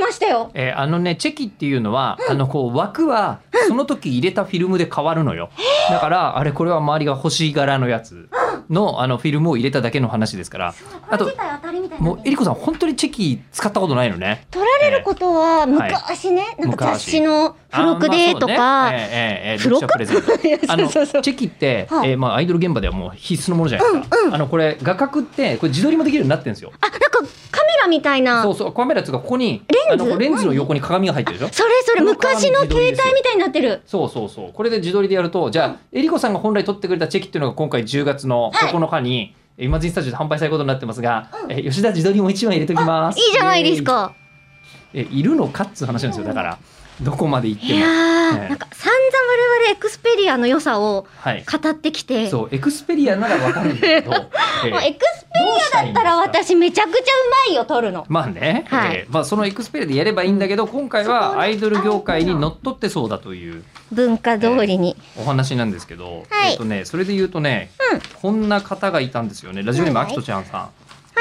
ましたよえーあのねチェキっていうのは、あのこう枠はその時入れたフィルムで変わるのよ、だからあれこれは周りが欲しがらのやつのあのフィルムを入れただけの話ですからあこれと自体当たりみたいなもうえりこさん本当にチェキ使ったことないのね取られることは昔ね、いなんか雑誌の付録でとあか、ーまあそうねえーえーえー付録読者プレゼン トいやそあうのそうそうチェキって、はいえーまあ、アイドル現場ではもう必須のものじゃないですか、あのこれ画角ってこれ自撮りもできるようになってるんですよあなんかカメラみたいなそうそうカメラっていうかここにレンあズのこうレンズの横に鏡が入ってるでしょそれそれこの顔の昔の自撮携り帯みですよたいになってるそうそうそう。これで自撮りでやると、じゃあ、えりこさんが本来撮ってくれたチェキっていうのが今回10月の9日に、えーイマジンスタジオで販売されることになってますが、えー吉田自撮りも1枚入れておきます。いいじゃないですかイエーイ。えー、いるのかっつう話なんですよ。だから、どこまで行っていやも。ー、ええなんか散々我々エクスペリアの良さをはい。語ってきてそう、エクスペリアならわかるんだけど、えー もうエクスペリアだったらどうしたらいいんです私めちゃくちゃうまいよ撮るのまあね、はいえーまあそのエクスペリアでやればいいんだけど、今回そはこアイドル業界にのっとってそうだという文化通りに、お話なんですけど、はいえっとね、それで言うとね、うんこんな方がいたんですよね。ラジオネームはいあはいきとちゃんさん。は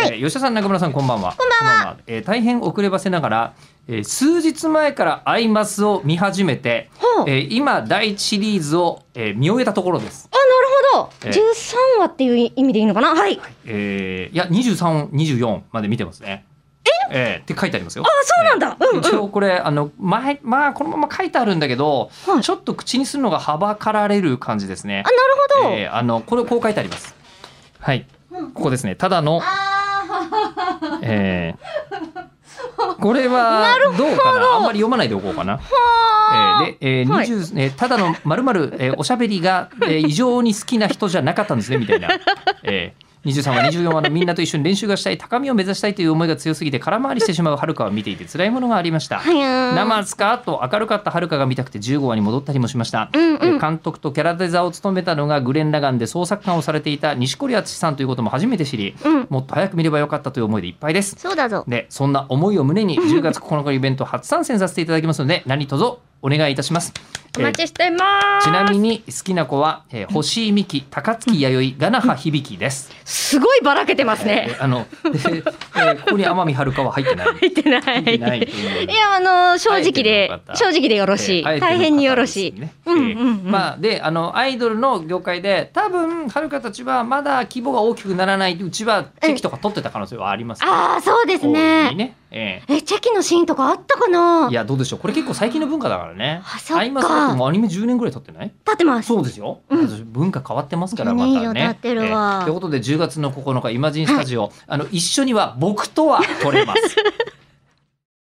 いえー吉田さん、中村さん、こんばんは。こんばんは。えー大変遅ればせながら、えー数日前からアイマスを見始めて、ほうえー今第一シリーズを、えー見終えたところです。あなるほど、ええ13話っていう意味でいいのかなはいえーいや、23、24まで見てますね。ええーって書いてありますよあ。そうなんだ、うんうん一応これあの前まあこのまま書いてあるんだけど、はいちょっと口にするのがはばかられる感じですねあ。なるほど、えーあのこれこう書いてあります。はい、うんここですね。ただの、えーこれはどうかなあんまり読まないでおこうかな。はあ、えーで、えーはい20えーただのまるまるおしゃべりが、えー異常に好きな人じゃなかったんですねみたいな。えー23話24話のみんなと一緒に練習がしたい高みを目指したいという思いが強すぎて空回りしてしまうはるかを見ていて辛いものがありましたはやー生スカーと明るかったはるかが見たくて15話に戻ったりもしました、うんうんえ監督とキャラデザを務めたのがグレン・ラガンで創作官をされていた西堀敦さんということも初めて知り、うんもっと早く見ればよかったという思いでいっぱいですそうだぞでそんな思いを胸に10月9日のイベント初参戦させていただきますので何卒お願いいたしますお待ちしてます、ちなみに好きな子は、えー、星井美希高槻弥生ガナハ響です、すごいばらけてますねえーあの、でえーここに天海遥は入っ てない入ってない入ってないといういやあの正直であえての方正直でよろしい、ええ大変によろしい、あえてのう方んですうんねうん、ええまあであのアイドルの業界で多分はるかたちはまだ規模が大きくならないうちはチェキとか取ってた可能性はあります、ああそうです大いねにねええチェキのシーンとかあったかなえいやどうでしょうこれ結構最近の文化だからねあそっかアイマスだってもうアニメ10年ぐらい撮ってない立ってますそうですよ、文化変わってますからまねたねよ。立ってるわええということで10月の9日イマジンスタジオ、あの一緒には僕とは撮れます。